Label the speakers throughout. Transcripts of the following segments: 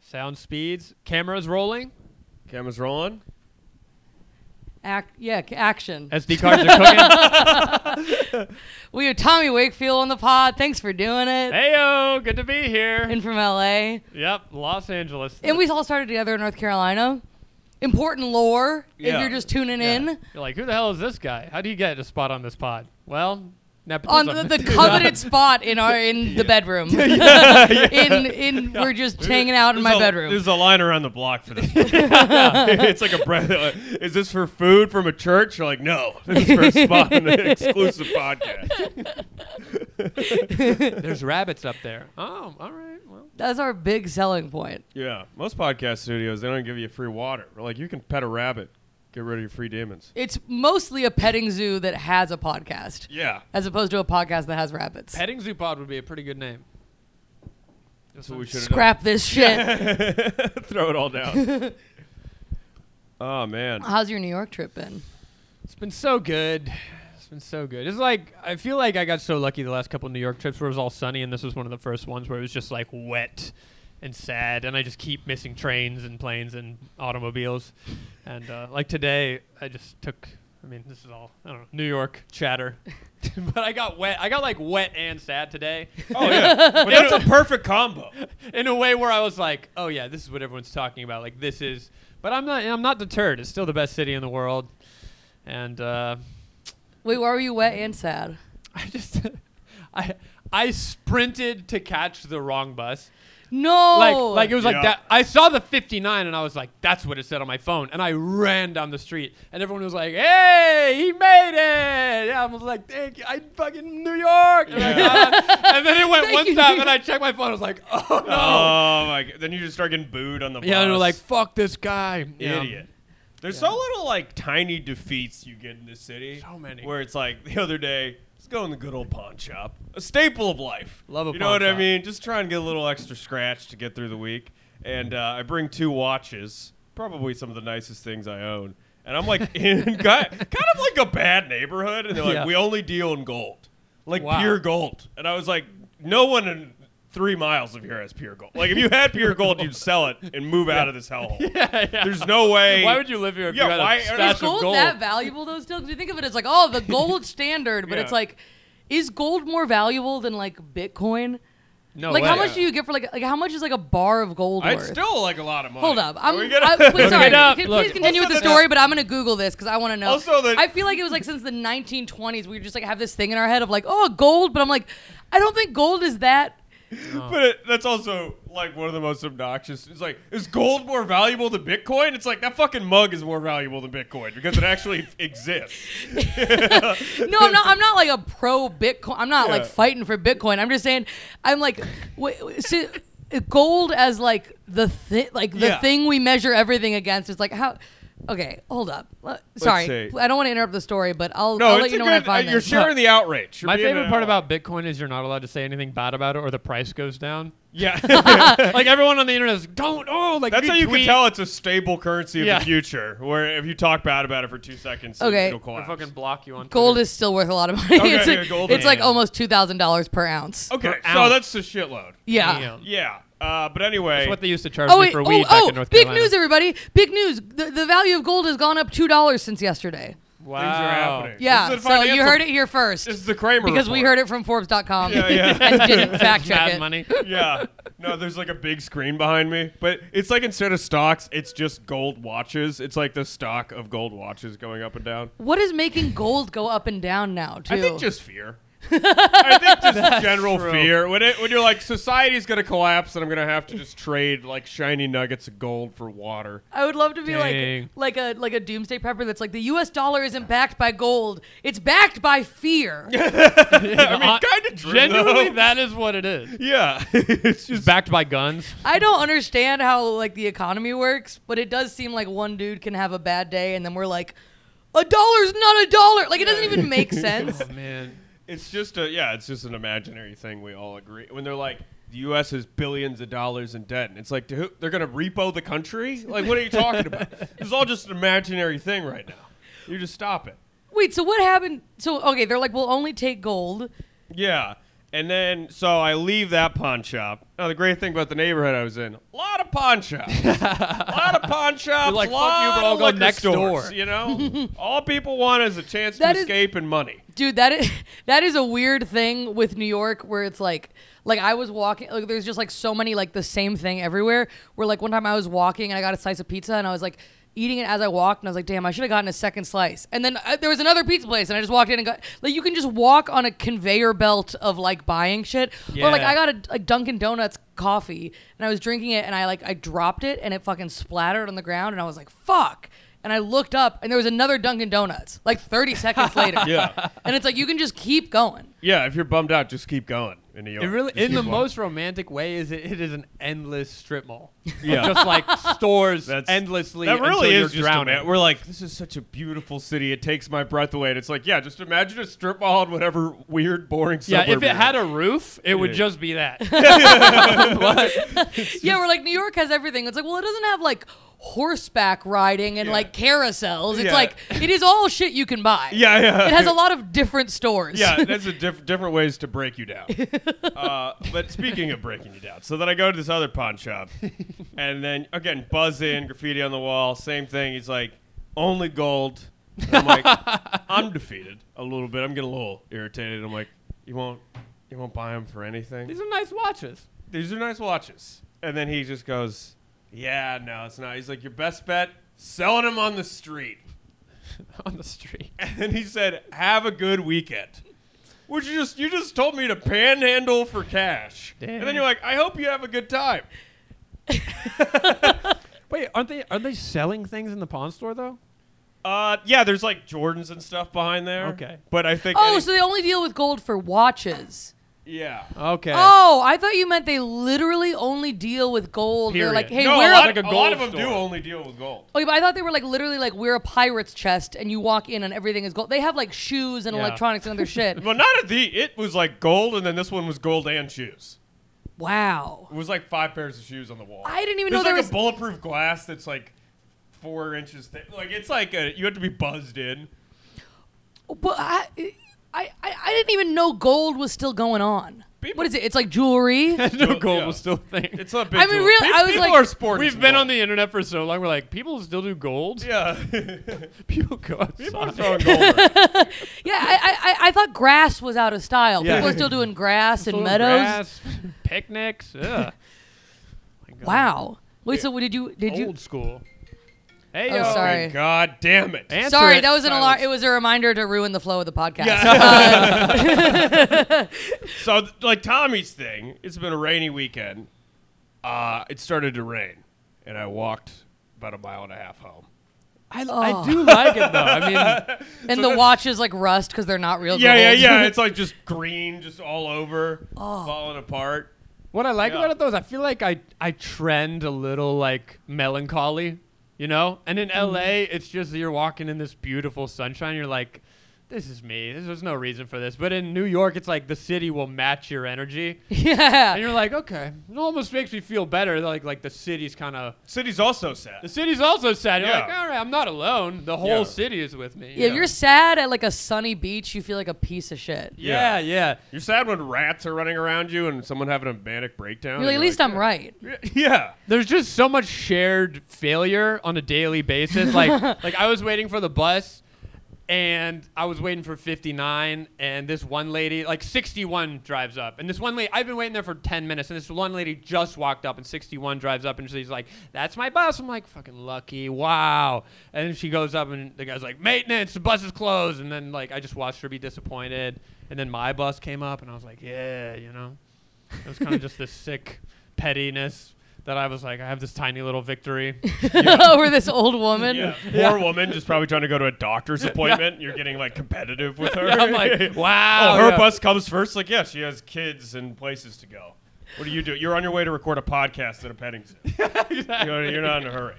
Speaker 1: Sound speeds. Cameras rolling.
Speaker 2: Cameras rolling.
Speaker 3: Ac- yeah, c- action.
Speaker 1: SD cards are cooking.
Speaker 3: We have Tommy Wakefield on the pod. Thanks for doing it.
Speaker 1: hey yo, good to be here.
Speaker 3: In from LA.
Speaker 1: yep, Los Angeles.
Speaker 3: And we all started together in North Carolina. Important lore
Speaker 2: Yeah.
Speaker 3: if you're just tuning
Speaker 1: Yeah.
Speaker 3: in.
Speaker 1: You're like, who the hell is this guy? How do you get a spot on this pod? Well,
Speaker 3: On
Speaker 1: nepotism.
Speaker 3: the, the coveted spot in our in the bedroom. in in we're just hanging out in
Speaker 2: There's
Speaker 3: my
Speaker 2: a-
Speaker 3: bedroom.
Speaker 2: There's a line around the block for this. it's like a bread. uh, Is this for food from a church? You're like, no, this is for a spot in an exclusive podcast.
Speaker 1: There's rabbits up there. Oh, all right. Well,
Speaker 3: That's our big selling point.
Speaker 2: Yeah, most podcast studios they don't give you free water. We're like, you can pet a rabbit, get rid of your free demons.
Speaker 3: It's mostly a petting zoo that has a podcast,
Speaker 2: Yeah,
Speaker 3: as opposed to a podcast that has rabbits.
Speaker 1: petting zoo pod would be a pretty good name.
Speaker 2: that's what we should
Speaker 3: Scrap this shit.
Speaker 2: Throw it all down. oh man,
Speaker 3: How's your New York trip been?
Speaker 1: It's been so good. It's been so good. It's like I feel like I got so lucky the last couple New York trips where it was all sunny, and this was one of the first ones where it was just like wet and sad, and I just keep missing trains and planes and automobiles, and uh, like today I just took. I mean, this is all I don't know New York chatter, but I got wet. I got like wet and sad today.
Speaker 2: oh yeah, but that's a perfect combo.
Speaker 1: in a way where I was like, oh yeah, this is what everyone's talking about. Like this is, but I'm not. I'm not deterred. It's still the best city in the world, and uh,
Speaker 3: Wait, why were you wet and sad?
Speaker 1: I just, I, I sprinted to catch the wrong bus.
Speaker 3: No.
Speaker 1: Like, like it was
Speaker 2: Yeah.
Speaker 1: like that. I saw the 59 and I was like, that's what it said on my phone. And I ran down the street and everyone was like, hey, he made it. Yeah, I was like, thank you. I fucking New York. And, I got on. And then it went
Speaker 3: Thank
Speaker 1: one
Speaker 3: you,
Speaker 1: step
Speaker 3: New
Speaker 1: and I checked my phone. I was like, oh no.
Speaker 2: Oh my! Then you just start getting booed on the
Speaker 1: yeah, and
Speaker 2: bus.
Speaker 1: they're like, fuck this guy. Yeah.
Speaker 2: idiot. There's so little like tiny defeats you get in this city.
Speaker 1: So many.
Speaker 2: Where it's like the other day, let's go in the good old pawn shop, a staple of life.
Speaker 1: Love a
Speaker 2: You know
Speaker 1: pawn
Speaker 2: what I
Speaker 1: shop.
Speaker 2: mean? Just try and get a little extra scratch to get through the week. And uh, I bring two watches, probably some of the nicest things I own. And I'm like in ki- kind of like a bad neighborhood, and they're like,
Speaker 1: Yeah.
Speaker 2: we only deal in gold, like
Speaker 1: Wow.
Speaker 2: pure gold. And I was like, no one in three miles of here has pure gold. Like if you had pure gold, you'd sell it and move out of this hellhole.
Speaker 1: Yeah.
Speaker 2: There's no way.
Speaker 1: Why would you live here if
Speaker 2: Yeah,
Speaker 1: you had
Speaker 2: why-
Speaker 1: a
Speaker 2: is
Speaker 1: stash
Speaker 3: is
Speaker 1: of
Speaker 3: gold,
Speaker 1: gold?
Speaker 3: that valuable though? Still, because you think of it as like, oh, the gold standard, but
Speaker 2: Yeah.
Speaker 3: it's like, is gold more valuable than like Bitcoin?
Speaker 1: no
Speaker 3: like,
Speaker 1: way.
Speaker 3: how much do you get for like, like how much is like a bar of gold
Speaker 2: I'd
Speaker 3: worth?
Speaker 2: still like a lot of money.
Speaker 3: Hold up,
Speaker 2: Are
Speaker 3: I'm.
Speaker 2: we
Speaker 3: I,
Speaker 2: gonna-
Speaker 3: please, sorry,
Speaker 1: it up.
Speaker 3: can-
Speaker 1: Look,
Speaker 3: please continue with
Speaker 2: also
Speaker 3: the
Speaker 2: the-
Speaker 3: story, but I'm gonna Google this because I want to know.
Speaker 2: Also the-
Speaker 3: I feel like it was like since the 1920s we just like have this thing in our head of like, oh, gold, but I'm like, I don't think gold is that.
Speaker 2: But it, that's also like one of the most obnoxious. It's like, is gold more valuable than Bitcoin? It's like that fucking mug is more valuable than Bitcoin because it actually exists.
Speaker 3: No, I'm not. I'm not like a pro Bitcoin. I'm not like
Speaker 2: Yeah.
Speaker 3: fighting for Bitcoin. I'm just saying. I'm like, wait, wait, see, gold as like the thi- like the
Speaker 2: Yeah.
Speaker 3: thing we measure everything against. It's like how. Okay, hold up. Le- Sorry,
Speaker 2: see.
Speaker 3: I don't want to interrupt the story, but I'll,
Speaker 2: No,
Speaker 3: I'll
Speaker 2: it's
Speaker 3: let you
Speaker 2: a
Speaker 3: know
Speaker 2: good,
Speaker 3: when I find
Speaker 2: uh, You're
Speaker 3: this.
Speaker 2: sharing the outrage. You're
Speaker 1: My
Speaker 2: being uh,
Speaker 1: favorite
Speaker 2: an
Speaker 1: part
Speaker 2: ally.
Speaker 1: about Bitcoin is you're not allowed to say anything bad about it, or the price goes down.
Speaker 2: yeah,
Speaker 1: like everyone on the internet is don't oh like
Speaker 2: that's
Speaker 1: if
Speaker 2: how you
Speaker 1: tweet,
Speaker 2: can tell it's a stable currency of
Speaker 1: Yeah.
Speaker 2: the future. Where if you talk bad about it for two seconds,
Speaker 3: Okay.
Speaker 2: it'll
Speaker 1: I
Speaker 2: collapse.
Speaker 1: fucking block you on
Speaker 3: Gold
Speaker 1: Twitter.
Speaker 3: is still worth a lot of money.
Speaker 2: Okay,
Speaker 3: it's
Speaker 2: yeah,
Speaker 3: like,
Speaker 2: gold Oh,
Speaker 3: it's like
Speaker 2: is.
Speaker 3: almost two thousand dollars per ounce.
Speaker 2: okay,
Speaker 1: per
Speaker 2: so
Speaker 1: ounce.
Speaker 2: that's a shitload.
Speaker 3: Yeah.
Speaker 1: Damn.
Speaker 2: Yeah, uh, but anyway,
Speaker 1: That's what they used to charge
Speaker 3: Oh
Speaker 1: me
Speaker 3: wait!
Speaker 1: for
Speaker 3: Oh,
Speaker 1: weed back
Speaker 3: oh!
Speaker 1: in North
Speaker 3: Big
Speaker 1: Carolina.
Speaker 3: news, everybody! Big news! The, the value of gold has gone up two dollars since yesterday.
Speaker 1: wow.
Speaker 2: things are happening.
Speaker 3: Yeah.
Speaker 2: This is a
Speaker 3: So you
Speaker 2: financial-
Speaker 3: heard it here first.
Speaker 2: This is the Kramer
Speaker 3: because we
Speaker 2: report.
Speaker 3: heard it from Forbes.com
Speaker 2: Yeah, yeah.
Speaker 3: and didn't fact check
Speaker 1: Mad
Speaker 3: it.
Speaker 1: money.
Speaker 2: yeah. No, there's like a big screen behind me, but it's like instead of stocks, it's just gold watches. It's like the stock of gold watches going up and down.
Speaker 3: What is making gold go up and down now? Too.
Speaker 2: I think just fear. I think just general
Speaker 1: true.
Speaker 2: fear. When it when you're like society's gonna collapse and I'm gonna have to just trade like shiny nuggets of gold for water.
Speaker 3: I would love to be
Speaker 1: Dang.
Speaker 3: like like a like a doomsday prepper that's like the U.S. dollar isn't backed by gold; it's backed by fear.
Speaker 2: I mean, kind of
Speaker 1: Genuinely, that is what it is.
Speaker 2: Yeah, it's just
Speaker 1: Backed by guns.
Speaker 3: I don't understand how like the economy works, but it does seem like one dude can have a bad day, and then we're like, a dollar's not a dollar. Like it doesn't even make sense.
Speaker 1: Oh man.
Speaker 2: It's just a yeah, it's just an imaginary thing we all agree. When they're like the U.S. is billions of dollars in debt, and it's like to who, they're gonna repo the country? Like, what are you talking about? This is all just an imaginary thing right now. You just stop it.
Speaker 3: Wait, so what happened? So okay, they're like, we'll only take gold.
Speaker 2: Yeah, and then so I leave that pawn shop. Now the great thing about the neighborhood I was in, a lot of pawn shops. a lot of pawn shops.
Speaker 1: like, "Fuck you,
Speaker 2: lot
Speaker 1: but I'll
Speaker 2: of
Speaker 1: go
Speaker 2: liquor
Speaker 1: next
Speaker 2: stores,
Speaker 1: door."
Speaker 2: You know, all people want is a chance
Speaker 3: That
Speaker 2: to
Speaker 3: is-
Speaker 2: escape and money.
Speaker 3: dude that is that is a weird thing with new york where it's like like i was walking like there's just like so many like the same thing everywhere where like one time i was walking and i got a slice of pizza and i was like eating it as i walked and i was like damn i should have gotten a second slice and then uh, there was another pizza place and i just walked in and got like you can just walk on a conveyor belt of like buying shit or like
Speaker 1: Yeah.
Speaker 3: i got a like dunkin donuts coffee and i was drinking it and i like i dropped it and it fucking splattered on the ground and i was like fuck and I looked up, and there was another Dunkin' Donuts like 30 seconds later.
Speaker 2: Yeah.
Speaker 3: And it's like you can just keep going.
Speaker 2: Yeah, if you're bummed out, just keep going in New York.
Speaker 1: It really,
Speaker 2: Just
Speaker 1: in the
Speaker 2: keep
Speaker 1: most romantic way, is it, it is an endless strip mall.
Speaker 2: Yeah.
Speaker 1: Of just like stores
Speaker 2: That's-
Speaker 1: endlessly.
Speaker 2: That really
Speaker 1: until
Speaker 2: is
Speaker 1: you're
Speaker 2: just
Speaker 1: drowning.
Speaker 2: ima- We're like, this is such a beautiful city. It takes my breath away. And it's like, yeah, just imagine a strip mall in whatever weird, boring.
Speaker 1: yeah,
Speaker 2: suburb
Speaker 1: if
Speaker 2: you're
Speaker 1: it
Speaker 2: in.
Speaker 1: had a roof, it would
Speaker 2: Yeah.
Speaker 1: just be that.
Speaker 3: yeah, we're like New York has everything. It's like well, it doesn't have like horseback riding and
Speaker 2: Yeah.
Speaker 3: like carousels. It's
Speaker 2: Yeah.
Speaker 3: like it is all shit you can buy.
Speaker 2: Yeah, yeah.
Speaker 3: It has a lot of different stores.
Speaker 2: Yeah, that's a diff- different ways to break you down. Uh, but speaking of breaking you down, so then I go to this other pawn shop, and then again buzz in graffiti on the wall, same thing. He's like, only gold. And I'm like, I'm defeated a little bit. I'm getting a little irritated. I'm like, you won't, you won't buy them for anything.
Speaker 1: These are nice watches.
Speaker 2: these are nice watches. And then he just goes, yeah, no, it's not. He's like, your best bet, selling them on the street.
Speaker 1: on the street.
Speaker 2: And then he said, have a good weekend. Which you just, you just told me to panhandle for cash. And then
Speaker 1: Damn.
Speaker 2: you're like, I hope you have a good time.
Speaker 1: Wait, aren't they are they selling things in the pawn store though?
Speaker 2: Uh, yeah, there's like Jordans and stuff behind there.
Speaker 1: Okay.
Speaker 2: But I think.
Speaker 3: Oh,
Speaker 2: any-
Speaker 3: so they only deal with gold for watches.
Speaker 2: yeah.
Speaker 1: Okay.
Speaker 3: Oh, I thought you meant they literally only deal with gold. They're
Speaker 1: Period.
Speaker 3: like, hey,
Speaker 2: no,
Speaker 3: we're
Speaker 2: a lot,
Speaker 1: Like a
Speaker 2: a lot
Speaker 1: gold
Speaker 2: of them do
Speaker 1: store.
Speaker 2: only deal with gold.
Speaker 3: Okay, but I thought they were like literally like we're a pirate's chest, and you walk in and everything is gold. They have like shoes and
Speaker 1: Yeah.
Speaker 3: electronics and other shit.
Speaker 2: Well, not at the. It was like gold, and then this one was gold and shoes.
Speaker 3: Wow.
Speaker 2: It was like five pairs of shoes on the wall.
Speaker 3: I didn't even
Speaker 2: There's
Speaker 3: know there
Speaker 2: like
Speaker 3: was-
Speaker 2: a bulletproof glass that's like four inches thick. Like it's like a, you have to be buzzed in.
Speaker 3: But I, I, I, I didn't even know gold was still going on.
Speaker 2: People-
Speaker 3: what is it? It's like jewelry.
Speaker 1: no gold
Speaker 2: yeah.
Speaker 1: was still a thing.
Speaker 2: It's not big.
Speaker 3: I mean,
Speaker 2: deal.
Speaker 3: real-
Speaker 2: Pe-
Speaker 3: I was
Speaker 2: people
Speaker 3: like-
Speaker 2: are sporting.
Speaker 1: We've been on the internet for so long. We're like, people still do gold.
Speaker 2: Yeah.
Speaker 1: People go
Speaker 2: people are
Speaker 1: outside.
Speaker 2: throwing gold. around.
Speaker 3: yeah, I, I, I- I thought grass was out of style.
Speaker 1: Yeah.
Speaker 3: People are still doing grass and
Speaker 1: Little
Speaker 3: meadows.
Speaker 1: grass, picnics. Ugh. My God.
Speaker 3: Wow. Wait, so what did you did you?
Speaker 1: Old school. Hey,
Speaker 3: Oh,
Speaker 1: yo.
Speaker 3: sorry.
Speaker 2: Oh, God damn it.
Speaker 1: Answer
Speaker 3: Sorry,
Speaker 1: it.
Speaker 3: that was an alarm.
Speaker 1: Silence.
Speaker 3: It was a reminder to ruin the flow of the podcast.
Speaker 2: so th- like Tommy's thing, it's been a rainy weekend. Uh, it started to rain, and I walked about a mile and a half home.
Speaker 1: I, I
Speaker 3: Oh.
Speaker 1: do like it though. I mean,
Speaker 3: and the watches like rust because they're not real.
Speaker 2: Yeah, yeah,
Speaker 3: gold.
Speaker 2: yeah. It's like just green, just all over,
Speaker 3: Oh.
Speaker 2: falling apart.
Speaker 1: What I like
Speaker 2: Yeah.
Speaker 1: about it though is I feel like I I trend a little like melancholy, you know? And
Speaker 3: Mm-hmm.
Speaker 1: in LA, it's just that you're walking in this beautiful sunshine, you're like this is me. This- There's no reason for this. But in New York, it's like the city will match your energy.
Speaker 3: yeah.
Speaker 1: And you're like, okay, it almost makes me feel better. Like, like the city's kind of,
Speaker 2: City's also
Speaker 1: the
Speaker 2: sad.
Speaker 1: city's also sad. You're
Speaker 2: Yeah.
Speaker 1: like, all right, I'm not alone. The whole
Speaker 2: Yeah.
Speaker 1: city is with me.
Speaker 3: Yeah, If you're sad at like a sunny beach, you feel like a piece of shit.
Speaker 1: yeah, yeah.
Speaker 2: You're sad when rats are running around you and someone having a manic breakdown.
Speaker 3: You're like, at
Speaker 2: and
Speaker 3: least I'm right.
Speaker 2: Yeah.
Speaker 1: there's just so much shared failure on a daily basis. Like like I was waiting for the bus and I was waiting for 59 and this one lady like 61 drives up and this one lady I've been waiting there for 10 minutes and this one lady just walked up and 61 drives up and she's like that's my bus I'm like fucking lucky wow and then she goes up and the guy's like maintenance the bus is closed and then like I just watched her be disappointed and then my bus came up and I was like yeah you know it was kind of just this sick pettiness that I was like, I have this tiny little victory.
Speaker 3: Over this old woman.
Speaker 2: Yeah. Poor woman just probably trying to go to a doctor's appointment. You're getting like competitive with her.
Speaker 1: I'm like, wow.
Speaker 2: Oh, her
Speaker 1: yeah.
Speaker 2: bus comes first. Like, yeah, she has kids and places to go. What do you do? You're on your way to record a podcast at a petting zoo. you're, you're not in a hurry.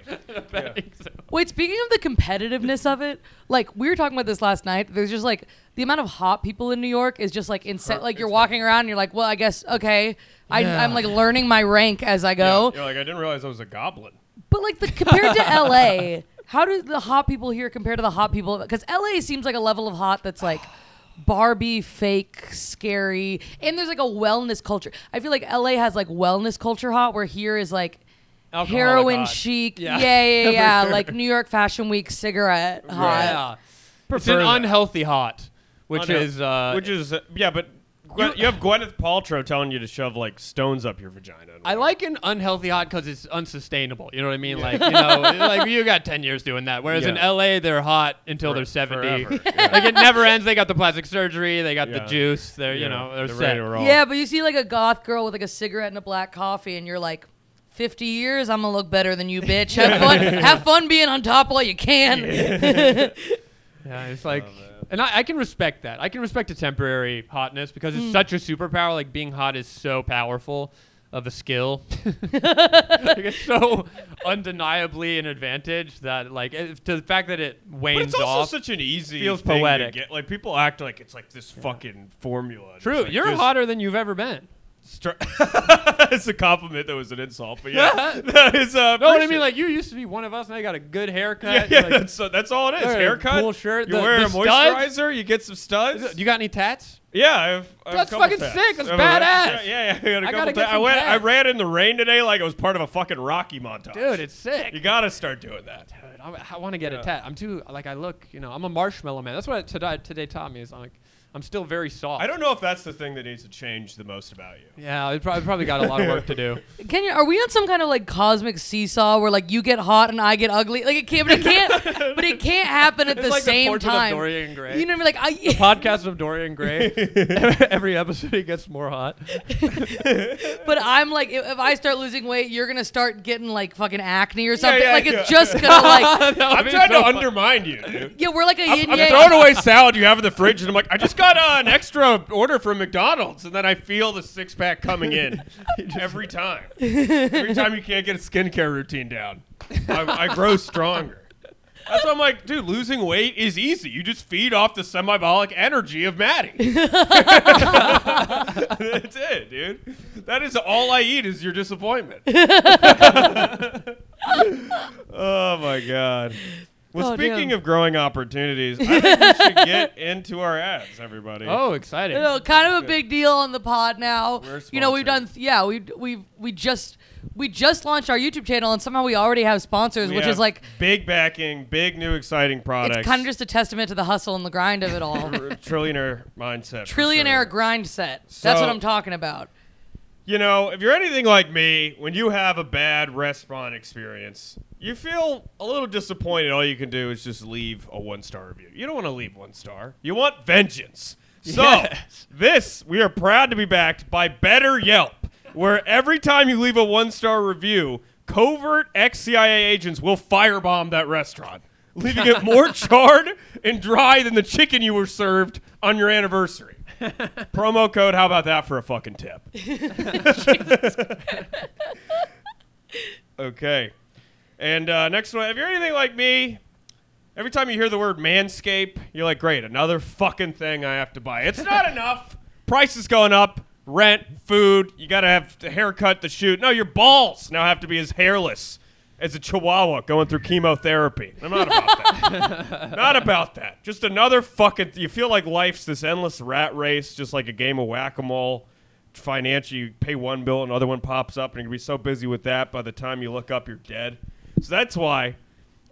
Speaker 3: Wait, speaking of the competitiveness of it, like we were talking about this last night. There's just like the amount of hot people in New York is just like insane. Like you're walking around, and you're like, well, I guess okay. I,
Speaker 1: Yeah.
Speaker 3: I'm like learning my rank as I go.
Speaker 2: You're like, I didn't realize I was a goblin.
Speaker 3: But like the compared to LA, how do the hot people here compare to the hot people? Because LA seems like a level of hot that's like Barbie, fake, scary, and there's like a wellness culture. I feel like LA has like wellness culture hot, where here is like
Speaker 1: Alcoholic
Speaker 3: heroin
Speaker 1: hot.
Speaker 3: chic.
Speaker 1: Yeah.
Speaker 3: Yeah, yeah,
Speaker 1: For
Speaker 3: yeah.
Speaker 1: sure.
Speaker 3: like New York Fashion Week cigarette hot.
Speaker 1: Yeah. It's
Speaker 2: Prefer
Speaker 1: an
Speaker 2: that.
Speaker 1: unhealthy hot, which
Speaker 2: Unheal-
Speaker 1: is uh,
Speaker 2: which is uh, yeah, but Gwe- you have Gwyneth Paltrow telling you to shove like stones up your vagina.
Speaker 1: I like an unhealthy hot because it's unsustainable. You know what I mean? Like you know, like you got ten years doing that. Whereas in
Speaker 2: Yeah.
Speaker 1: L.A., they're hot until
Speaker 2: For-
Speaker 1: they're seventy.
Speaker 2: forever, yeah.
Speaker 1: like it never ends. They got the plastic surgery. They got the
Speaker 2: Yeah.
Speaker 1: juice. They're
Speaker 2: Yeah,
Speaker 1: you know they're, set.
Speaker 2: ready to roll.
Speaker 3: Yeah, but you see like a goth girl with like a cigarette and a black coffee, and you're like, 50 years, I'm gonna look better than you, bitch. Have fun, have fun being on top while you can.
Speaker 1: Yeah, it's
Speaker 2: Oh,
Speaker 1: like, and I, I can respect that. I can respect a temporary hotness because it's such a superpower. Like being hot is so powerful of a skill. like it's so undeniably an advantage that like it, to the fact that it wanes
Speaker 2: But it's also
Speaker 1: off.
Speaker 2: such an easy
Speaker 1: Feels
Speaker 2: thing to
Speaker 1: poetic.
Speaker 2: get. Like people act like it's like this fucking formula. It's
Speaker 1: True,
Speaker 2: like
Speaker 1: you're
Speaker 2: this
Speaker 1: hotter than you've ever been.
Speaker 2: stri- it's a compliment that was an insult, but yeah, that is. Uh,
Speaker 1: No, what I
Speaker 2: appreciate-
Speaker 1: mean, like you used to be one of us. Now you got a good haircut.
Speaker 2: yeah,
Speaker 1: you're
Speaker 2: yeah,
Speaker 1: like-
Speaker 2: that's, so- that's all it is.
Speaker 1: You're a
Speaker 2: Haircut,
Speaker 1: cool shirt.
Speaker 2: You
Speaker 1: The-
Speaker 2: wear
Speaker 1: the
Speaker 2: a moisturizer.
Speaker 1: studs?
Speaker 2: You get some
Speaker 1: Is it-
Speaker 2: studs.
Speaker 1: you got any tats?
Speaker 2: yeah, I have, I have
Speaker 1: That's
Speaker 2: a couple
Speaker 1: fucking
Speaker 2: tats.
Speaker 1: sick. That's
Speaker 2: I have a-
Speaker 1: badass.
Speaker 2: Yeah, yeah, I
Speaker 1: I
Speaker 2: got a couple
Speaker 1: gotta get
Speaker 2: tats. I
Speaker 1: some
Speaker 2: went. I
Speaker 1: tats.
Speaker 2: ran in the rain today like it was part of a fucking Rocky montage.
Speaker 1: Dude, it's sick.
Speaker 2: you gotta start doing that.
Speaker 1: Dude, I, I want to get
Speaker 2: Yeah.
Speaker 1: a tat. I'm too like I look, you know, I'm a marshmallow man. That's what today today taught me is I'm like I'm still very soft.
Speaker 2: I don't know if that's the thing that needs to change the most about you.
Speaker 1: Yeah, it probably probably got a lot of work to do.
Speaker 3: Kenya, are we on some kind of like cosmic seesaw where like you get hot and I get ugly? Like it can't, but it can't, but it can't happen at
Speaker 1: It's
Speaker 3: the
Speaker 1: like the
Speaker 3: same
Speaker 1: portrait of
Speaker 3: time.
Speaker 1: Dorian Gray.
Speaker 3: You know what I mean? Like I,
Speaker 1: Podcast of Dorian Gray. Every episode he gets more hot.
Speaker 3: but I'm like, if, if I start losing weight, you're gonna start getting like fucking acne or something.
Speaker 2: yeah,
Speaker 3: like
Speaker 2: yeah.
Speaker 3: it's just gonna like,
Speaker 2: I'm trying to undermine you, dude.
Speaker 3: yeah, we're like a yin
Speaker 2: I'm
Speaker 3: yang.
Speaker 2: throwing away salad you have in the fridge, and I'm like, I just got uh, an extra order from McDonald's, and then I feel the six pack coming in every time. Every time you can't get a skincare routine down, I, I grow stronger. That's why I'm like, dude, losing weight is easy. You just feed off the semibolic energy of Maddie. That's it, dude. That is all I eat is your disappointment. oh my god. Well,
Speaker 3: Oh,
Speaker 2: speaking
Speaker 3: damn.
Speaker 2: of growing opportunities, I think we should get into our ads, everybody.
Speaker 1: Oh, exciting.
Speaker 3: you know, kind of a big deal on the pod now.
Speaker 2: We're
Speaker 3: you know, we've
Speaker 2: sponsored.
Speaker 3: done yeah, we we we just we just launched our YouTube channel and somehow we already have sponsors,
Speaker 2: We
Speaker 3: which
Speaker 2: have
Speaker 3: is like
Speaker 2: big backing, big new exciting products.
Speaker 3: it's kind of just a testament to the hustle and the grind of it all.
Speaker 2: trillionaire mindset. for
Speaker 3: Trillionaire
Speaker 2: sure.
Speaker 3: grind set.
Speaker 2: So-
Speaker 3: That's what I'm talking about.
Speaker 2: You know, if you're anything like me, when you have a bad restaurant experience, you feel a little disappointed. All you can do is just leave a one star review. You don't want to leave one star, you want vengeance. So,
Speaker 1: Yes.
Speaker 2: this, we are proud to be backed by Better Yelp, where every time you leave a one star review, covert ex CIA agents will firebomb that restaurant, leaving it more charred and dry than the chicken you were served on your anniversary. Promo code, how about that for a fucking tip? Okay. And uh, next one, if you're anything like me, every time you hear the word manscape, you're like, great, another fucking thing I have to buy. It's not enough. Price is going up. Rent, food, you got to have the haircut, the shoot. No, your balls now have to be as hairless as a chihuahua going through chemotherapy. I'm not about that. not about that. Just another fucking. You feel like life's this endless rat race, just like a game of whack a mole financial. You pay one bill, another one pops up, and you're gonna be so busy with that by the time you look up, you're dead. So that's why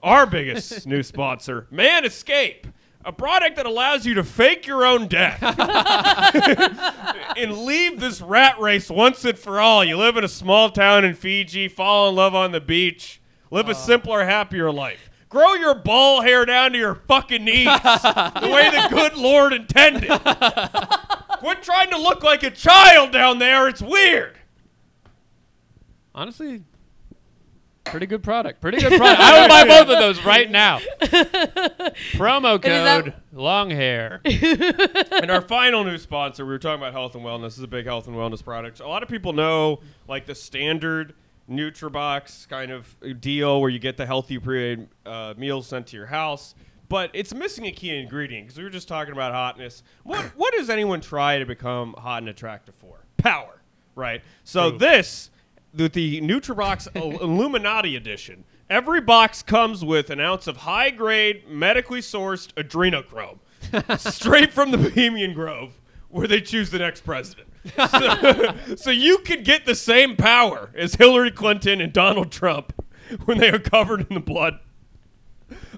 Speaker 2: our biggest new sponsor, Man Escape, a product that allows you to fake your own death and leave this rat race once and for all. You live in a small town in Fiji, fall in love on the beach, live a simpler, happier life. Grow your ball hair down to your fucking knees the way the good Lord intended. Quit trying to look like a child down there. It's weird.
Speaker 1: Honestly, pretty good product. Pretty good product. I would buy both of those right now. Promo
Speaker 3: that-
Speaker 1: code long hair.
Speaker 2: and our final new sponsor, we were talking about health and wellness. This is a big health and wellness product. A lot of people know like the standard NutriBox kind of uh, deal where you get the healthy pre uh, meals sent to your house, but it's missing a key ingredient because we were just talking about hotness. What what does anyone try to become hot and attractive for? Power, right? So this with the NutriBox Ill- Illuminati edition. Every box comes with an ounce of high-grade, medically sourced adrenochrome straight from the Bohemian Grove, where they choose the next president. So you could get the same power as Hillary Clinton and Donald Trump when they are covered in the blood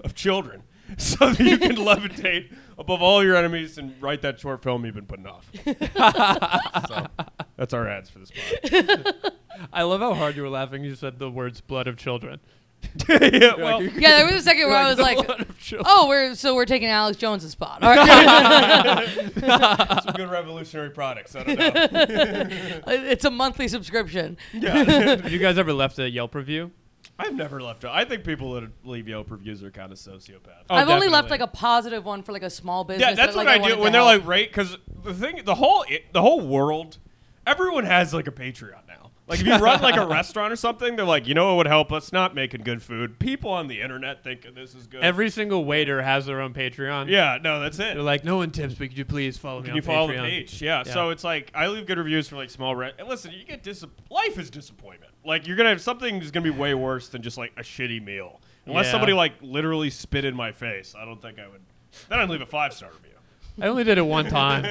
Speaker 2: of children. So that you can levitate above all your enemies and write that short film you've been putting off. so that's our ads for this podcast.
Speaker 1: I love how hard you were laughing. You said the words "blood of children."
Speaker 2: yeah, well,
Speaker 3: Yeah, there was a second where I was
Speaker 1: the
Speaker 3: like,
Speaker 1: blood of children.
Speaker 3: "Oh, we're so we're taking Alex Jones' spot." All right.
Speaker 2: some good revolutionary products. I don't know.
Speaker 3: it's a monthly subscription.
Speaker 2: Oh, Yeah.
Speaker 1: Have you guys ever left a Yelp review?
Speaker 2: I've never left. I think people that leave Yelp reviews are kind of sociopaths.
Speaker 1: Oh,
Speaker 3: I've only left
Speaker 1: definitely.
Speaker 3: like a positive one for like a small business.
Speaker 2: yeah, that's
Speaker 3: that, like,
Speaker 2: what I,
Speaker 3: wanted
Speaker 2: do
Speaker 3: to
Speaker 2: when they're
Speaker 3: help.
Speaker 2: like rate because the thing, the whole the whole world, everyone has like a Patreon now. Like if you run like a restaurant or something, they're like, you know, what would help us not making good food. People on the internet think this is good.
Speaker 1: Every single waiter has their own Patreon.
Speaker 2: yeah, no, that's it.
Speaker 1: They're like, no one tips, but could you please follow me
Speaker 2: Can
Speaker 1: on
Speaker 2: you follow the
Speaker 1: Patreon?
Speaker 2: page? Yeah.
Speaker 1: Yeah.
Speaker 2: So it's like I leave good reviews for like small rent. And listen, you get dis- life is disappointment. Like you're gonna have something is gonna be way worse than just like a shitty meal. Unless
Speaker 1: Yeah.
Speaker 2: somebody like literally spit in my face, I don't think I would. Then I'd leave a five star review.
Speaker 1: I only did it one time.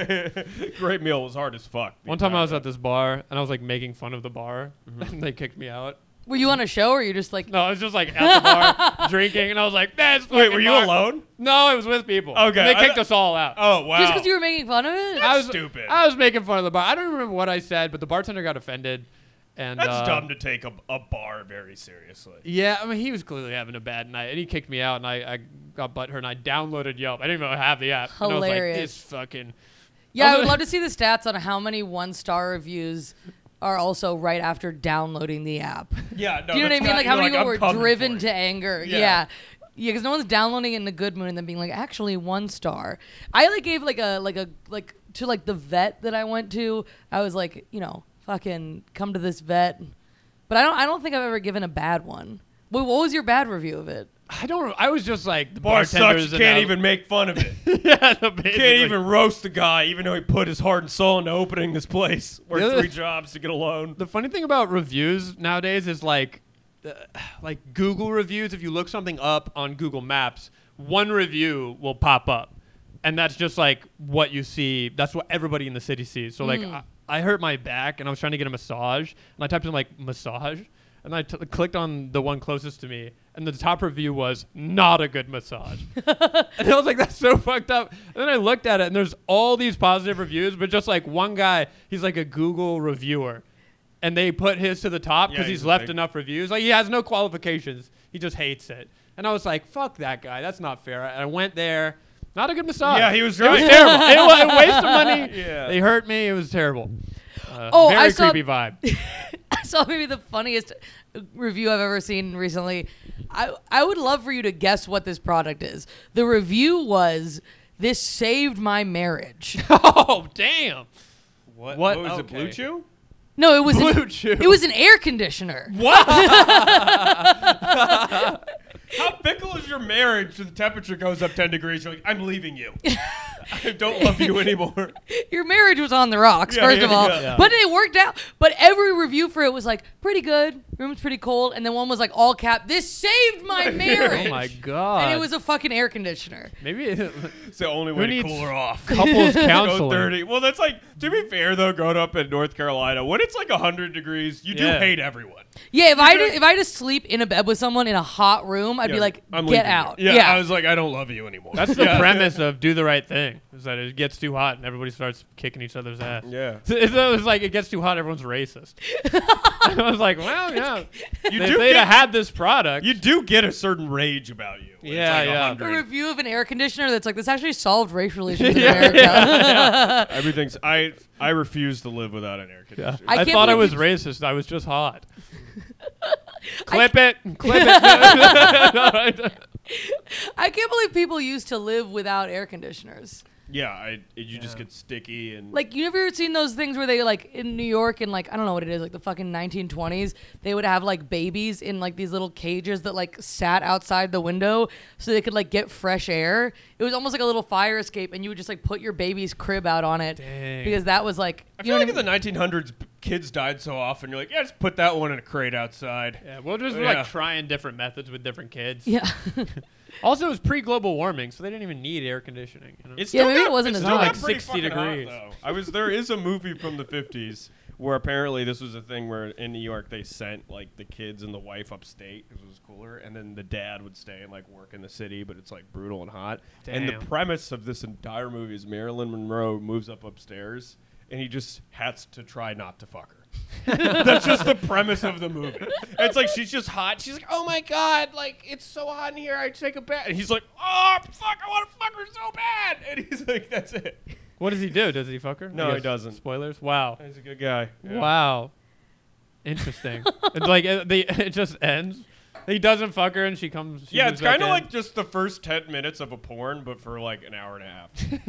Speaker 2: Great meal was hard as fuck. the
Speaker 1: One time I
Speaker 2: entire
Speaker 1: was at this bar and I was like making fun of the bar,
Speaker 2: Mm-hmm.
Speaker 1: and they kicked me out.
Speaker 3: "Were you on a show or you just like?"
Speaker 1: No, I was just like at the bar drinking, and I was like, "That's
Speaker 2: Wait, were you alone?
Speaker 1: No, I was with people.
Speaker 2: Okay,
Speaker 1: and they
Speaker 2: I
Speaker 1: kicked
Speaker 2: th-
Speaker 1: us all out.
Speaker 2: Oh wow.
Speaker 3: Just because you were making fun of it?
Speaker 1: I was
Speaker 2: stupid.
Speaker 1: I was making fun of the bar. I don't remember what I said, but the bartender got offended, and
Speaker 2: That's
Speaker 1: uh,
Speaker 2: dumb to take a, a bar very seriously.
Speaker 1: Yeah, I mean, he was clearly having a bad night, and he kicked me out, and I, I got butthurt, and I downloaded Yelp. I didn't even have the app. And I was like,
Speaker 3: Hilarious.
Speaker 1: this fucking.
Speaker 3: yeah, I
Speaker 1: Also-
Speaker 3: would love to see the stats on how many one-star reviews are also right after downloading the app.
Speaker 2: Yeah. No,
Speaker 3: Do you know what I
Speaker 2: that's
Speaker 3: mean?
Speaker 2: not-
Speaker 3: Like how
Speaker 2: you're
Speaker 3: many
Speaker 2: "I'm
Speaker 3: people were
Speaker 2: coming for
Speaker 3: driven
Speaker 2: you."
Speaker 3: to anger?
Speaker 2: Yeah.
Speaker 3: Yeah. yeah. because no one's downloading it in a good mood and then being like, actually, one star. I like gave like a like a like to like the vet that I went to. I was like, you know, fucking come to this vet. But I don't. I don't think I've ever given a bad one. Wait, what was your bad review of it?
Speaker 1: I don't. I was just like the
Speaker 2: Bar sucks.
Speaker 1: bartenders.
Speaker 2: You
Speaker 1: and
Speaker 2: can't
Speaker 1: I-
Speaker 2: even make fun of it.
Speaker 1: yeah, basically.
Speaker 2: Can't even roast the guy, even though he put his heart and soul into opening this place. Worked
Speaker 1: other-
Speaker 2: three jobs to get a loan.
Speaker 1: The funny thing about reviews nowadays is like, uh, like Google reviews. If you look something up on Google Maps, one review will pop up, and that's just like what you see. That's what everybody in the city sees. So like, I, I hurt my back, and I was trying to get a massage, and I typed in like massage, and I t- clicked on the one closest to me, and the top review was not a good massage. And I was like, that's so fucked up. And then I looked at it, and there's all these positive reviews, but just like one guy, he's like a Google reviewer. And they put his to the top
Speaker 2: Yeah,
Speaker 1: because
Speaker 2: he's
Speaker 1: he's,
Speaker 2: a
Speaker 1: left
Speaker 2: big-
Speaker 1: enough reviews. Like, he has no qualifications. He just hates it. And I was like, fuck that guy. That's not fair. And I went there. Not a good massage.
Speaker 2: Yeah, he was
Speaker 1: It
Speaker 2: right.
Speaker 1: was terrible. it was a waste of money.
Speaker 2: Yeah.
Speaker 1: They hurt me. It was terrible. Uh,
Speaker 3: Oh,
Speaker 1: very
Speaker 3: I saw-
Speaker 1: creepy vibe.
Speaker 3: I saw maybe the funniest review I've ever seen recently. I I would love for you to guess what this product is. The review was, "This saved my marriage."
Speaker 1: oh, damn.
Speaker 2: What,
Speaker 1: What?
Speaker 2: was it?
Speaker 1: Okay.
Speaker 2: Blue Chew?
Speaker 3: No, it was
Speaker 1: Blue
Speaker 3: an,
Speaker 1: Chew.
Speaker 3: It was an air conditioner.
Speaker 2: How fickle is your marriage to the temperature goes up 10 degrees? You're like, I'm leaving you. I don't love you anymore.
Speaker 3: Your marriage was on the rocks,
Speaker 2: Yeah,
Speaker 3: first
Speaker 2: yeah,
Speaker 3: of all.
Speaker 2: yeah.
Speaker 3: But it worked out. But every review for it was like pretty good. Room's pretty cold, and then one was like all cap. This saved my marriage.
Speaker 1: Oh, my God.
Speaker 3: And it was a fucking air conditioner.
Speaker 1: Maybe it,
Speaker 2: It's the only way to
Speaker 1: needs-
Speaker 2: cool her off.
Speaker 1: couples
Speaker 2: Go
Speaker 1: counseling.
Speaker 2: 30. Well, that's like, to be fair, though, growing up in North Carolina, when it's like 100 degrees, you
Speaker 1: Yeah.
Speaker 2: do hate everyone.
Speaker 3: Yeah, if I had to- if I had to sleep in a bed with someone in a hot room, I'd be
Speaker 2: Yeah,
Speaker 3: like,
Speaker 2: I'm
Speaker 3: get
Speaker 2: leaving you."
Speaker 3: out.
Speaker 2: Yeah, I was like, I don't love you anymore.
Speaker 1: That's the
Speaker 2: Yeah.
Speaker 1: premise of do the right thing. Is that it gets too hot and everybody starts kicking each other's ass.
Speaker 2: Yeah.
Speaker 1: So it was like it gets too hot, everyone's racist. I was like, well, yeah.
Speaker 2: You
Speaker 1: If
Speaker 2: do
Speaker 1: they'd
Speaker 2: get
Speaker 1: have had this product,
Speaker 2: You do get a certain rage about you. when it's
Speaker 1: Yeah,
Speaker 2: like
Speaker 1: yeah.
Speaker 2: 100.
Speaker 3: a review of an air conditioner that's like this actually solved racial issues in
Speaker 1: Yeah,
Speaker 3: America.
Speaker 2: Everything's. I I refuse to live without an air conditioner.
Speaker 1: I,
Speaker 3: I can't
Speaker 1: thought I was
Speaker 3: believe
Speaker 1: racist. I was just hot. clip it, clip it.
Speaker 3: I can't believe people used to live without air conditioners.
Speaker 2: Yeah, I, you just get sticky and
Speaker 3: Like you never seen those things where they like in New York in like I don't know what it is like the fucking 1920s they would have like babies in like these little cages that like sat outside the window so they could like get fresh air. It was almost like a little fire escape and you would just like put your baby's crib out on it
Speaker 1: Dang.
Speaker 3: because that was like
Speaker 2: I
Speaker 3: you
Speaker 2: feel
Speaker 3: know
Speaker 2: like
Speaker 3: what
Speaker 2: in the 1900s, b- kids died so often. You're like, yeah, just put that one in a crate outside.
Speaker 1: Yeah, we'll just
Speaker 2: Oh, Yeah.
Speaker 1: like trying different methods with different kids.
Speaker 3: Yeah.
Speaker 1: Also, it was pre-global warming, so they didn't even need air conditioning. You know?
Speaker 2: It's
Speaker 3: Yeah,
Speaker 2: still
Speaker 3: maybe
Speaker 2: got-
Speaker 3: it
Speaker 2: it's
Speaker 3: wasn't as
Speaker 2: still
Speaker 1: hot.
Speaker 2: got
Speaker 1: Like
Speaker 2: pretty
Speaker 1: 60
Speaker 2: fucking hot,
Speaker 1: degrees.
Speaker 2: though. I was there is a movie from the 50s where apparently this was a thing where in New York they sent like the kids and the wife upstate because it was cooler, and then the dad would stay and like work in the city, but it's like brutal and hot. And
Speaker 1: Damn.
Speaker 2: the premise of this entire movie is Marilyn Monroe moves up upstairs and he just has to try not to fuck her. That's just the premise of the movie. It's like she's just hot. She's like, "Oh my god, like it's so hot in here. I take a bath." And he's like, "Oh fuck, I want to fuck her so bad." And he's like, "That's it."
Speaker 1: what does he do? Does he fuck her?
Speaker 2: No,
Speaker 1: I
Speaker 2: he
Speaker 1: guess-
Speaker 2: doesn't.
Speaker 1: Spoilers. Wow.
Speaker 2: He's a good guy.
Speaker 1: Wow. Interesting. it's like uh, they, it just ends. He doesn't fuck her, and she comes. She
Speaker 2: yeah,
Speaker 1: moves
Speaker 2: it's kind
Speaker 1: back
Speaker 2: of
Speaker 1: in.
Speaker 2: like just the first ten minutes of a porn, but for like an hour and a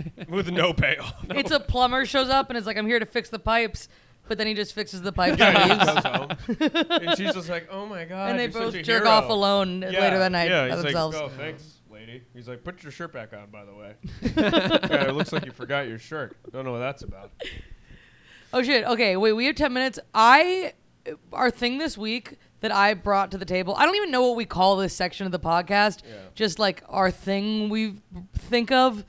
Speaker 2: half, with no payoff. No.
Speaker 3: It's a plumber shows up and it's like, I'm here to fix the pipes, but then he just fixes the pipes.
Speaker 2: Yeah, he just goes home. and she's just like, "Oh my god!"
Speaker 3: and they
Speaker 2: you're such
Speaker 3: both
Speaker 2: a
Speaker 3: jerk
Speaker 2: hero."
Speaker 3: off alone later that night
Speaker 2: Yeah,
Speaker 3: by
Speaker 2: he's
Speaker 3: themselves.
Speaker 2: like, "Oh, thanks, lady." He's like, "Put your shirt back on, by the way." yeah, it looks like you forgot your shirt. Don't know what that's about.
Speaker 3: oh shit. Okay, wait, we have ten minutes. I our thing this week that I brought to the table. I don't even know what we call this section of the podcast.
Speaker 2: Yeah.
Speaker 3: Just like our thing we think of.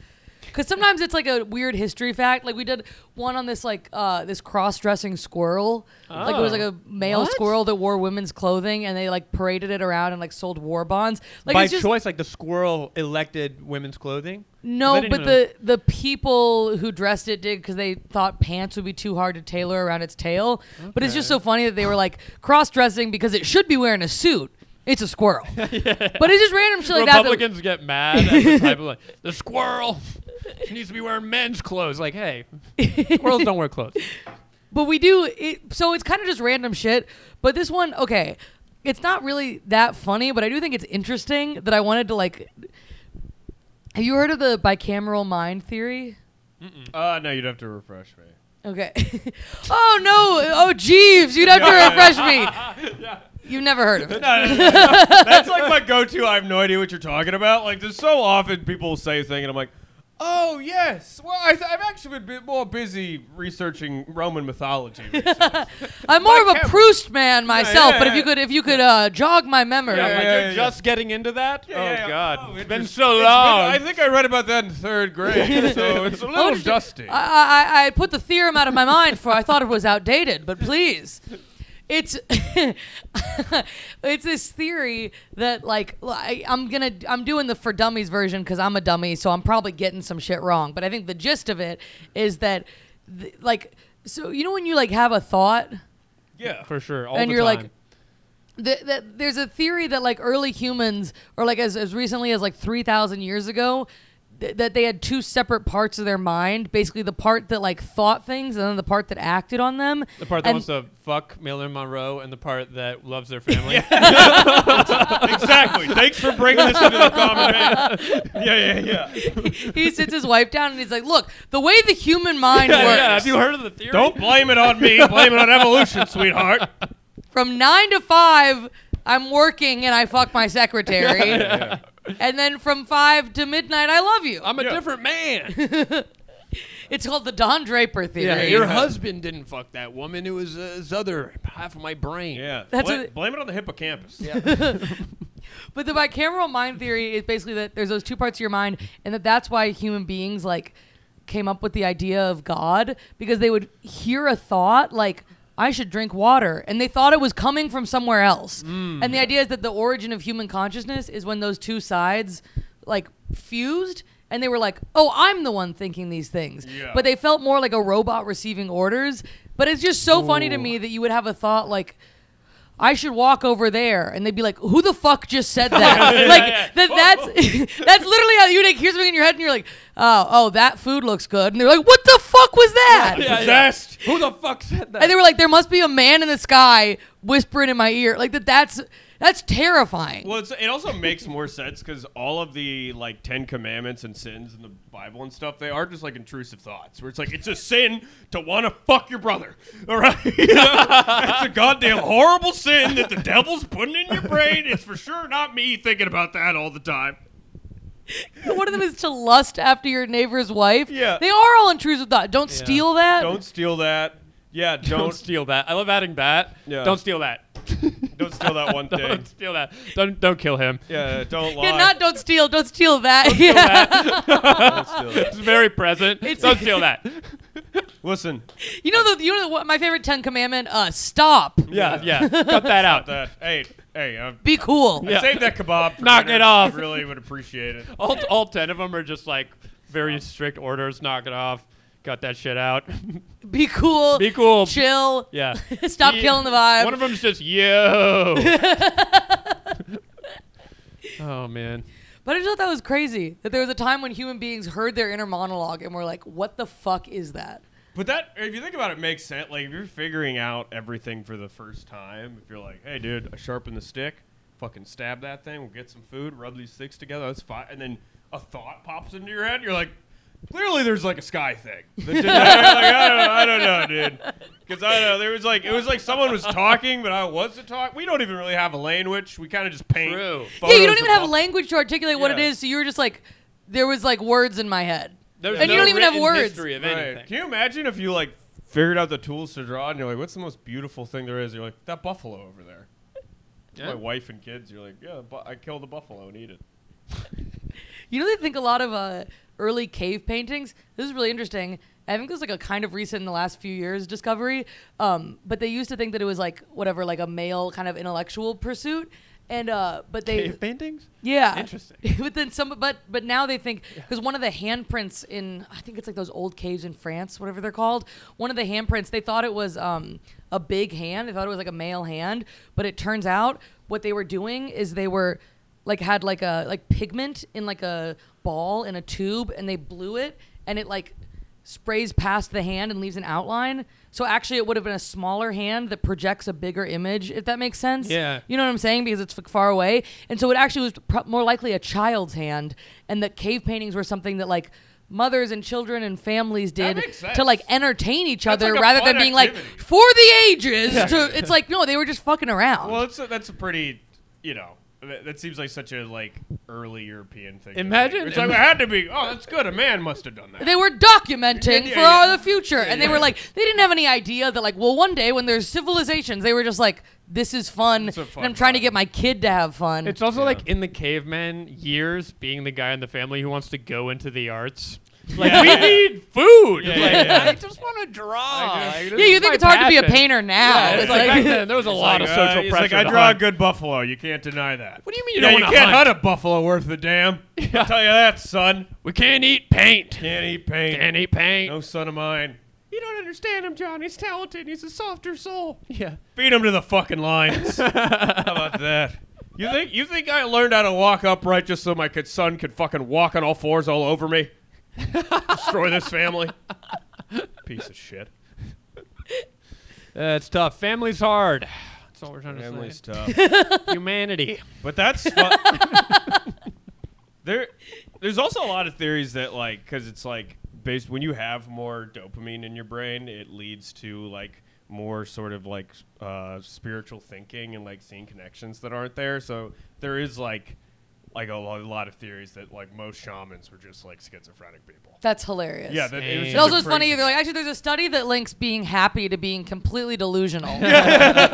Speaker 3: Cause sometimes it's like a weird history fact. Like we did one on this like uh, this cross-dressing squirrel. Like it was
Speaker 1: Oh.
Speaker 3: like a male
Speaker 1: What?
Speaker 3: squirrel that wore women's clothing, and they like paraded it around and like sold war bonds. Like
Speaker 1: by
Speaker 3: it's just,
Speaker 1: choice, like the squirrel elected women's clothing.
Speaker 3: No,
Speaker 1: They didn't
Speaker 3: but
Speaker 1: even-
Speaker 3: the the people who dressed it did because they thought pants would be too hard to tailor around its tail. But it's just so funny that they were like cross dressing because it should be wearing a suit. It's a squirrel. But it's just random shit like that. that-
Speaker 1: Republicans get mad at the type of like the squirrel needs to be wearing men's clothes. Like, hey, squirrels don't wear clothes.
Speaker 3: But we do it, so it's kind of just random shit. But this one, okay, it's not really that funny, but I do think it's interesting that I wanted to like. Have you heard of the bicameral mind theory?
Speaker 2: Uh, no, you'd have to refresh me.
Speaker 3: Okay. oh no! Oh Jeeves, you'd have to refresh me. You've never heard of it.
Speaker 2: No, no, no, no. That's like my go-to. I have no idea what you're talking about. Like, there's so often people say a thing, and I'm like, oh yes. Well, I th- I've actually been a bit more busy researching Roman mythology. recently."
Speaker 1: Oh,
Speaker 3: I'm more of a
Speaker 2: Cameron.
Speaker 3: Proust man myself,
Speaker 2: yeah,
Speaker 3: but if you
Speaker 2: yeah.
Speaker 3: could, if you could uh, jog my memory,
Speaker 1: Yeah, I'm like,
Speaker 2: yeah,
Speaker 1: you're
Speaker 2: yeah.
Speaker 1: just getting into that.
Speaker 2: Yeah,
Speaker 1: oh
Speaker 2: yeah, yeah.
Speaker 1: God,
Speaker 2: Oh,
Speaker 1: it's been
Speaker 2: interest-
Speaker 1: so
Speaker 2: it's been-
Speaker 1: long.
Speaker 2: I think I read about that in third grade, so it's a
Speaker 3: I
Speaker 2: little
Speaker 3: just-
Speaker 2: dusty.
Speaker 3: I, I, I put the theorem out of my mind for I thought it was outdated, but please. It's it's this theory that like I, I'm gonna I'm doing the for dummies version because I'm a dummy, so I'm probably getting some shit wrong. But I think the gist of it is that th- like so you know when you like have a thought
Speaker 2: yeah.
Speaker 1: for sure. All
Speaker 3: and
Speaker 1: the
Speaker 3: you're
Speaker 1: time.
Speaker 3: like th- th- there's a theory that like early humans or like as, as recently as like 3000 years ago th- that they had two separate parts of their mind basically the part that like thought things and then the part that acted on them
Speaker 1: the part that
Speaker 3: and-
Speaker 1: wants to fuck Marilyn Monroe and the part that loves their family.
Speaker 2: exactly. Thanks for bringing this into the common man. Yeah, yeah, yeah.
Speaker 3: he sits his wife down and he's like look the way the human mind
Speaker 1: yeah,
Speaker 3: works
Speaker 1: yeah, have you heard of the theory?
Speaker 2: Don't blame it on me. Blame it on evolution, sweetheart.
Speaker 3: from nine to five i'm working and i fuck my secretary and then from five to midnight i love you
Speaker 1: I'm a
Speaker 2: Yeah.
Speaker 1: different man.
Speaker 3: it's called the don draper theory
Speaker 1: Yeah, your husband didn't fuck that woman. It was uh, his other half of my brain.
Speaker 2: Yeah.
Speaker 3: That's
Speaker 2: Bla-
Speaker 3: what-
Speaker 2: blame it on the hippocampus.
Speaker 3: But the bicameral mind theory is basically that there's those two parts of your mind, and that that's why human beings like came up with the idea of God because they would hear a thought like. I should drink water. And they thought it was coming from somewhere else. And the idea is that the origin of human consciousness is when those two sides like fused and they were like, oh, I'm the one thinking these things.
Speaker 2: Yeah.
Speaker 3: But they felt more like a robot receiving orders. But it's just so funny to
Speaker 1: Ooh.
Speaker 3: me that you would have a thought like, I should walk over there, and they'd be like, "Who the fuck just said that?" like that, that's that's literally how you like hear something in your head, and you're like, "Oh, oh, that food looks good," and they're like, "What the fuck was that?"
Speaker 1: Yeah, yeah.
Speaker 2: Possessed.
Speaker 1: Who the fuck said that?
Speaker 3: And they were like, "There must be a man in the sky whispering in my ear." Like that, that's that's terrifying.
Speaker 2: Well, it's, it also makes more sense because all of the like Ten Commandments and sins in the Bible and stuff, they are just like intrusive thoughts. Where it's like it's a sin to want to fuck your brother. All right, You know? it's a goddamn horrible sin that the devil's putting in your brain. It's for sure not me thinking about that all the time.
Speaker 3: One of them is to lust after your neighbor's wife.
Speaker 2: Yeah.
Speaker 3: they are all intrusive thoughts. Don't steal that.
Speaker 2: Don't steal that. Yeah,
Speaker 1: Don't
Speaker 2: don't
Speaker 1: steal that. I love adding that.
Speaker 2: Yeah.
Speaker 1: Don't steal that.
Speaker 2: don't steal that one thing.
Speaker 1: Don't steal that. Don't don't kill him.
Speaker 2: Yeah, don't lie.
Speaker 3: Yeah, not don't steal, don't steal that. yeah.
Speaker 2: Don't steal that.
Speaker 1: It's very present.
Speaker 3: It's-
Speaker 1: don't steal that.
Speaker 2: Listen,
Speaker 3: You know the you know what my favorite Ten Commandment? Uh, stop.
Speaker 1: Yeah, yeah. Cut that out.
Speaker 2: that hey, hey, uh,
Speaker 3: Be cool.
Speaker 1: Yeah.
Speaker 2: save that kebab. For
Speaker 1: Knock
Speaker 2: dinner.
Speaker 1: it off.
Speaker 2: I really would appreciate it.
Speaker 1: All, all ten of them are just like very strict orders. Knock it off. Cut that shit out.
Speaker 3: Be cool.
Speaker 1: Be cool.
Speaker 3: Chill.
Speaker 1: Yeah.
Speaker 3: Stop
Speaker 1: Ye-
Speaker 3: killing the vibe.
Speaker 1: One of them's just yo. oh man.
Speaker 3: but I just thought that was crazy that there was a time when human beings heard their inner monologue and were like, "What the fuck is that?"
Speaker 2: But that, if you think about it, makes sense. Like, if you're figuring out everything for the first time, if you're like, hey, dude, I sharpen the stick, fucking stab that thing, we'll get some food, rub these sticks together, that's fine. And then a thought pops into your head, you're like, clearly there's like a sky thing. That did that. Like, I, don't, I don't know, dude. Because I don't know, there was like, it was like someone was talking, but I wasn't talking. We don't even really have a language. We kind of just paint.
Speaker 1: True.
Speaker 3: yeah, you don't
Speaker 2: photos
Speaker 3: even
Speaker 2: of
Speaker 3: have
Speaker 2: all-
Speaker 3: language to articulate what it
Speaker 2: Yeah.
Speaker 3: is, so you were just like, there was like words in my head.
Speaker 1: There's
Speaker 3: And you
Speaker 1: no
Speaker 3: don't even have
Speaker 1: written
Speaker 3: words.
Speaker 1: history of
Speaker 2: Right.
Speaker 1: anything.
Speaker 2: Can you imagine if you like figured out the tools to draw and you're like, what's the most beautiful thing there is? You're like, that buffalo over there. To
Speaker 1: Yeah.
Speaker 2: My wife and kids, you're like, yeah, bu- I killed the buffalo and eat it.
Speaker 3: You know, they think a lot of uh, early cave paintings. This is really interesting. I think there's like a kind of recent in the last few years discovery. Um, but they used to think that it was like whatever, like a male kind of intellectual pursuit. And uh, but they
Speaker 1: Cave paintings?
Speaker 3: yeah
Speaker 1: Interesting.
Speaker 3: but then some, but but now they think because one of the handprints in I think it's like those old caves in France, whatever they're called. One of the handprints they thought it was um, a big hand. They thought it was like a male hand, but it turns out what they were doing is they were like had like a like pigment in like a ball in a tube, and they blew it, and it like sprays past the hand and leaves an outline. So actually, it would have been a smaller hand that projects a bigger image, if that makes sense.
Speaker 1: Yeah.
Speaker 3: You know what I'm saying? Because it's like, far away. And so it actually was pro- more likely a child's hand. And that cave paintings were something that like mothers and children and families
Speaker 2: That
Speaker 3: did
Speaker 2: makes sense.
Speaker 3: to like entertain each
Speaker 2: That's
Speaker 3: other
Speaker 2: like a
Speaker 3: rather than
Speaker 2: fun
Speaker 3: being like
Speaker 2: activity.
Speaker 3: for the ages. To, it's like, no, they were just fucking around.
Speaker 2: Well, that's a, that's a pretty, you know, that, that seems like such a like early European thing. to
Speaker 1: Imagine-
Speaker 2: think. It's like, it had to be, oh, that's good. A man must have done that.
Speaker 3: they were documenting
Speaker 2: Yeah,
Speaker 3: for
Speaker 2: yeah.
Speaker 3: the future. and they were like, they didn't have any idea that, like, well, one day when there's civilizations, they were just like, this is fun.
Speaker 2: It's a fun
Speaker 3: and I'm trying to
Speaker 2: time.
Speaker 3: get my kid to have fun.
Speaker 1: It's also like in the caveman years, being the guy in the family who wants to go into the arts. Like
Speaker 2: Yeah.
Speaker 1: we need food.
Speaker 2: Yeah,
Speaker 1: Like,
Speaker 2: yeah, yeah.
Speaker 1: I just want to draw.
Speaker 2: I just-
Speaker 1: Like, this
Speaker 3: yeah, you
Speaker 1: is
Speaker 3: think
Speaker 1: my
Speaker 3: it's hard to be a
Speaker 1: passion.
Speaker 3: painter now.
Speaker 1: Yeah,
Speaker 3: It's
Speaker 1: it's like
Speaker 3: like-
Speaker 1: back then, there was a lot
Speaker 2: Like,
Speaker 1: of
Speaker 2: uh,
Speaker 1: social
Speaker 2: he's
Speaker 1: pressure.
Speaker 2: like, I
Speaker 1: to
Speaker 2: draw a
Speaker 1: hunt.
Speaker 2: good buffalo. You can't deny that.
Speaker 1: What do you mean you
Speaker 2: yeah,
Speaker 1: don't
Speaker 2: you
Speaker 1: wanna
Speaker 2: can't
Speaker 1: hunt?
Speaker 2: hunt a buffalo worth the damn. I'll tell you that, son.
Speaker 1: We can't eat paint.
Speaker 2: Can't eat paint.
Speaker 1: Can't eat paint.
Speaker 2: No son of mine. You don't understand him, John. He's talented. He's a softer soul.
Speaker 1: Yeah.
Speaker 2: Beat him to the fucking lions. how about that? You think you think I learned how to walk upright just so my kid son could fucking walk on all fours all over me? Destroy this family. Piece of shit.
Speaker 1: Uh, it's tough. Family's hard. That's all we're trying to say.
Speaker 2: tough.
Speaker 1: Humanity.
Speaker 2: But that's fun. there. There's also a lot of theories that like because it's like based when you have more dopamine in your brain, it leads to like more sort of like uh, spiritual thinking and like seeing connections that aren't there. So there is like like a lo- lot of theories that like most shamans were just like schizophrenic people.
Speaker 3: That's hilarious.
Speaker 2: Yeah, that, it was
Speaker 1: It
Speaker 2: just
Speaker 3: It
Speaker 2: a
Speaker 3: also is funny.
Speaker 2: crazy-
Speaker 3: They're like, actually, there's a study that links being happy to being completely delusional.
Speaker 1: True.
Speaker 2: Oh,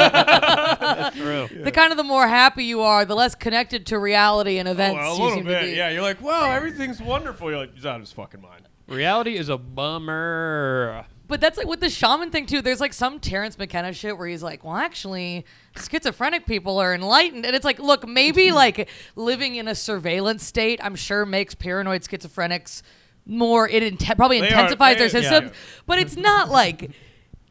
Speaker 3: The kind of the more happy you are, the less connected to reality and
Speaker 2: Oh,
Speaker 3: events
Speaker 2: a
Speaker 3: you
Speaker 2: little
Speaker 3: seem to
Speaker 2: bit,
Speaker 3: be.
Speaker 2: yeah. You're like, wow, everything's wonderful. You're like, he's out of his fucking mind.
Speaker 1: Reality is a bummer.
Speaker 3: But that's like with the shaman thing too. There's like some Terrence McKenna shit where he's like, well, actually, schizophrenic people are enlightened, and it's like, look, maybe like living in a surveillance state, I'm sure makes paranoid schizophrenics more. It inte- probably
Speaker 2: They are-
Speaker 3: intensifies their
Speaker 2: they- yeah.
Speaker 3: systems, but it's not like.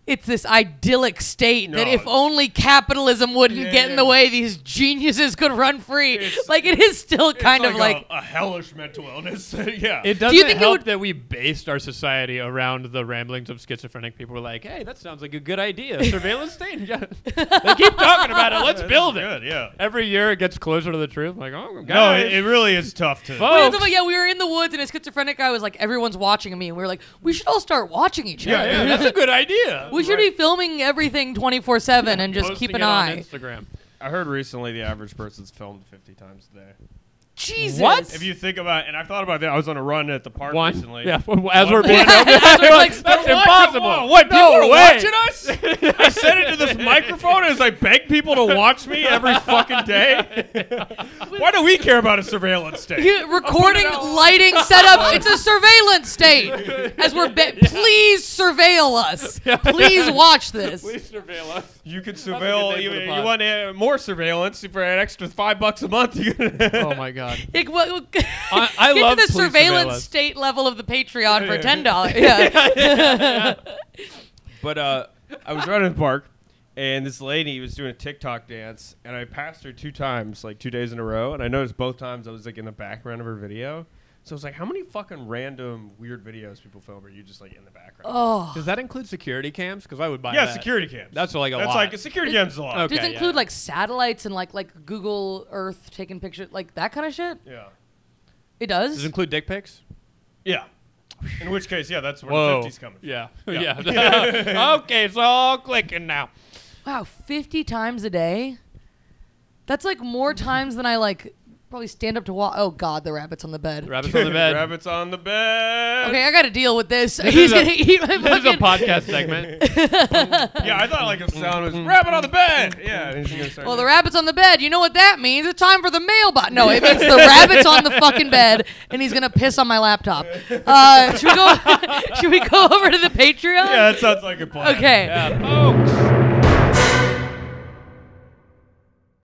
Speaker 3: It's this idyllic state that
Speaker 2: No,
Speaker 3: if
Speaker 2: it's-
Speaker 3: only capitalism wouldn't
Speaker 2: Yeah,
Speaker 3: get in
Speaker 2: yeah.
Speaker 3: the way, these geniuses could run free.
Speaker 2: It's-
Speaker 3: Like it is still
Speaker 2: It's
Speaker 3: kind of like
Speaker 2: a, a hellish mental illness. yeah.
Speaker 1: It doesn't
Speaker 3: think it
Speaker 1: help
Speaker 3: would-
Speaker 1: that we based our society around the ramblings of schizophrenic people. We're like, hey, that sounds like a good idea. Surveillance state. Yeah. they keep talking about it. Let's build it.
Speaker 2: Good, yeah.
Speaker 1: Every year it gets closer to the truth. Like, oh,
Speaker 2: No,
Speaker 1: guys.
Speaker 2: it, it really is tough to.
Speaker 1: Fuck.
Speaker 3: Well,
Speaker 1: folks.
Speaker 3: it's like, yeah, we were in the woods and a schizophrenic guy was like, everyone's watching me. And we were like, we should all start watching each
Speaker 1: yeah,
Speaker 3: other.
Speaker 1: yeah, that's a good idea.
Speaker 3: We should be filming everything 24 7 and just
Speaker 1: Posting
Speaker 3: keep
Speaker 1: it
Speaker 3: an
Speaker 1: on
Speaker 3: eye.
Speaker 1: Instagram.
Speaker 2: I heard recently the average person's filmed 50 times a day.
Speaker 3: Jesus.
Speaker 1: What?
Speaker 2: If you think about, and I've thought about that. I was on a run at the park
Speaker 1: One.
Speaker 2: recently.
Speaker 1: Yeah. As we're being
Speaker 3: Yeah, as we're, like,
Speaker 1: that's
Speaker 3: watching-
Speaker 1: impossible.
Speaker 2: What? People
Speaker 1: No
Speaker 2: are
Speaker 1: way.
Speaker 2: watching us? I said it to this microphone as I beg people to watch me every fucking day. Why do we care about a surveillance state?
Speaker 3: You- recording, lighting, setup. It's a surveillance state. As we're, be- please surveil us. Please watch this.
Speaker 1: Please surveil us.
Speaker 2: You could
Speaker 1: That's a good
Speaker 2: surveil.
Speaker 1: name
Speaker 2: You,
Speaker 1: for the
Speaker 2: you
Speaker 1: pod.
Speaker 2: want uh, more surveillance for an extra five bucks a month? You
Speaker 1: Oh my god.
Speaker 3: Like, what- what-
Speaker 1: I- I
Speaker 3: get
Speaker 1: love
Speaker 3: to the
Speaker 1: please surveil
Speaker 3: surveillance
Speaker 1: us.
Speaker 3: state level of the Patreon for ten dollars. Yeah.
Speaker 2: But uh, I was running in the park, and this lady was doing a TikTok dance, and I passed her two times, like two days in a row, and I noticed both times I was like in the background of her video. So I was like, how many fucking random weird videos people film are you just like in the background?
Speaker 3: Oh,
Speaker 1: Does that include security cams? Because I would buy
Speaker 2: yeah,
Speaker 1: that.
Speaker 2: security cams.
Speaker 1: That's like a
Speaker 2: That's
Speaker 1: lot.
Speaker 2: like a security cams a lot.
Speaker 1: Okay.
Speaker 3: does it include
Speaker 1: yeah.
Speaker 3: like satellites and like like Google Earth taking pictures, like that kind of shit.
Speaker 2: Yeah.
Speaker 3: It does.
Speaker 1: Does it include dick pics?
Speaker 2: Yeah. In which case, yeah, that's where the 50s coming. from.
Speaker 1: Yeah.
Speaker 2: Yeah.
Speaker 1: yeah. okay, it's all clicking now.
Speaker 3: wow, fifty times a day. That's like more times than I like probably stand up to walk. Oh God, the rabbit's on the bed.
Speaker 1: Rabbits on the bed.
Speaker 2: Rabbits on the bed.
Speaker 3: Okay, I got to deal with this.
Speaker 1: is
Speaker 3: He's
Speaker 1: a-
Speaker 3: gonna eat
Speaker 1: This
Speaker 3: my
Speaker 1: is a
Speaker 3: fucking-
Speaker 1: podcast segment.
Speaker 2: Yeah, I thought like a sound was rabbit on the bed. Yeah. and she's gonna start-
Speaker 3: Well, the rabbit's on the bed. You know what that means? It's time for the mailbot. No, it means the rabbit's on the fucking bed, and he's gonna piss on my laptop. Uh, should we go? should we go over to the Patreon?
Speaker 2: yeah, that sounds like a plan.
Speaker 3: Okay.
Speaker 1: yeah, folks.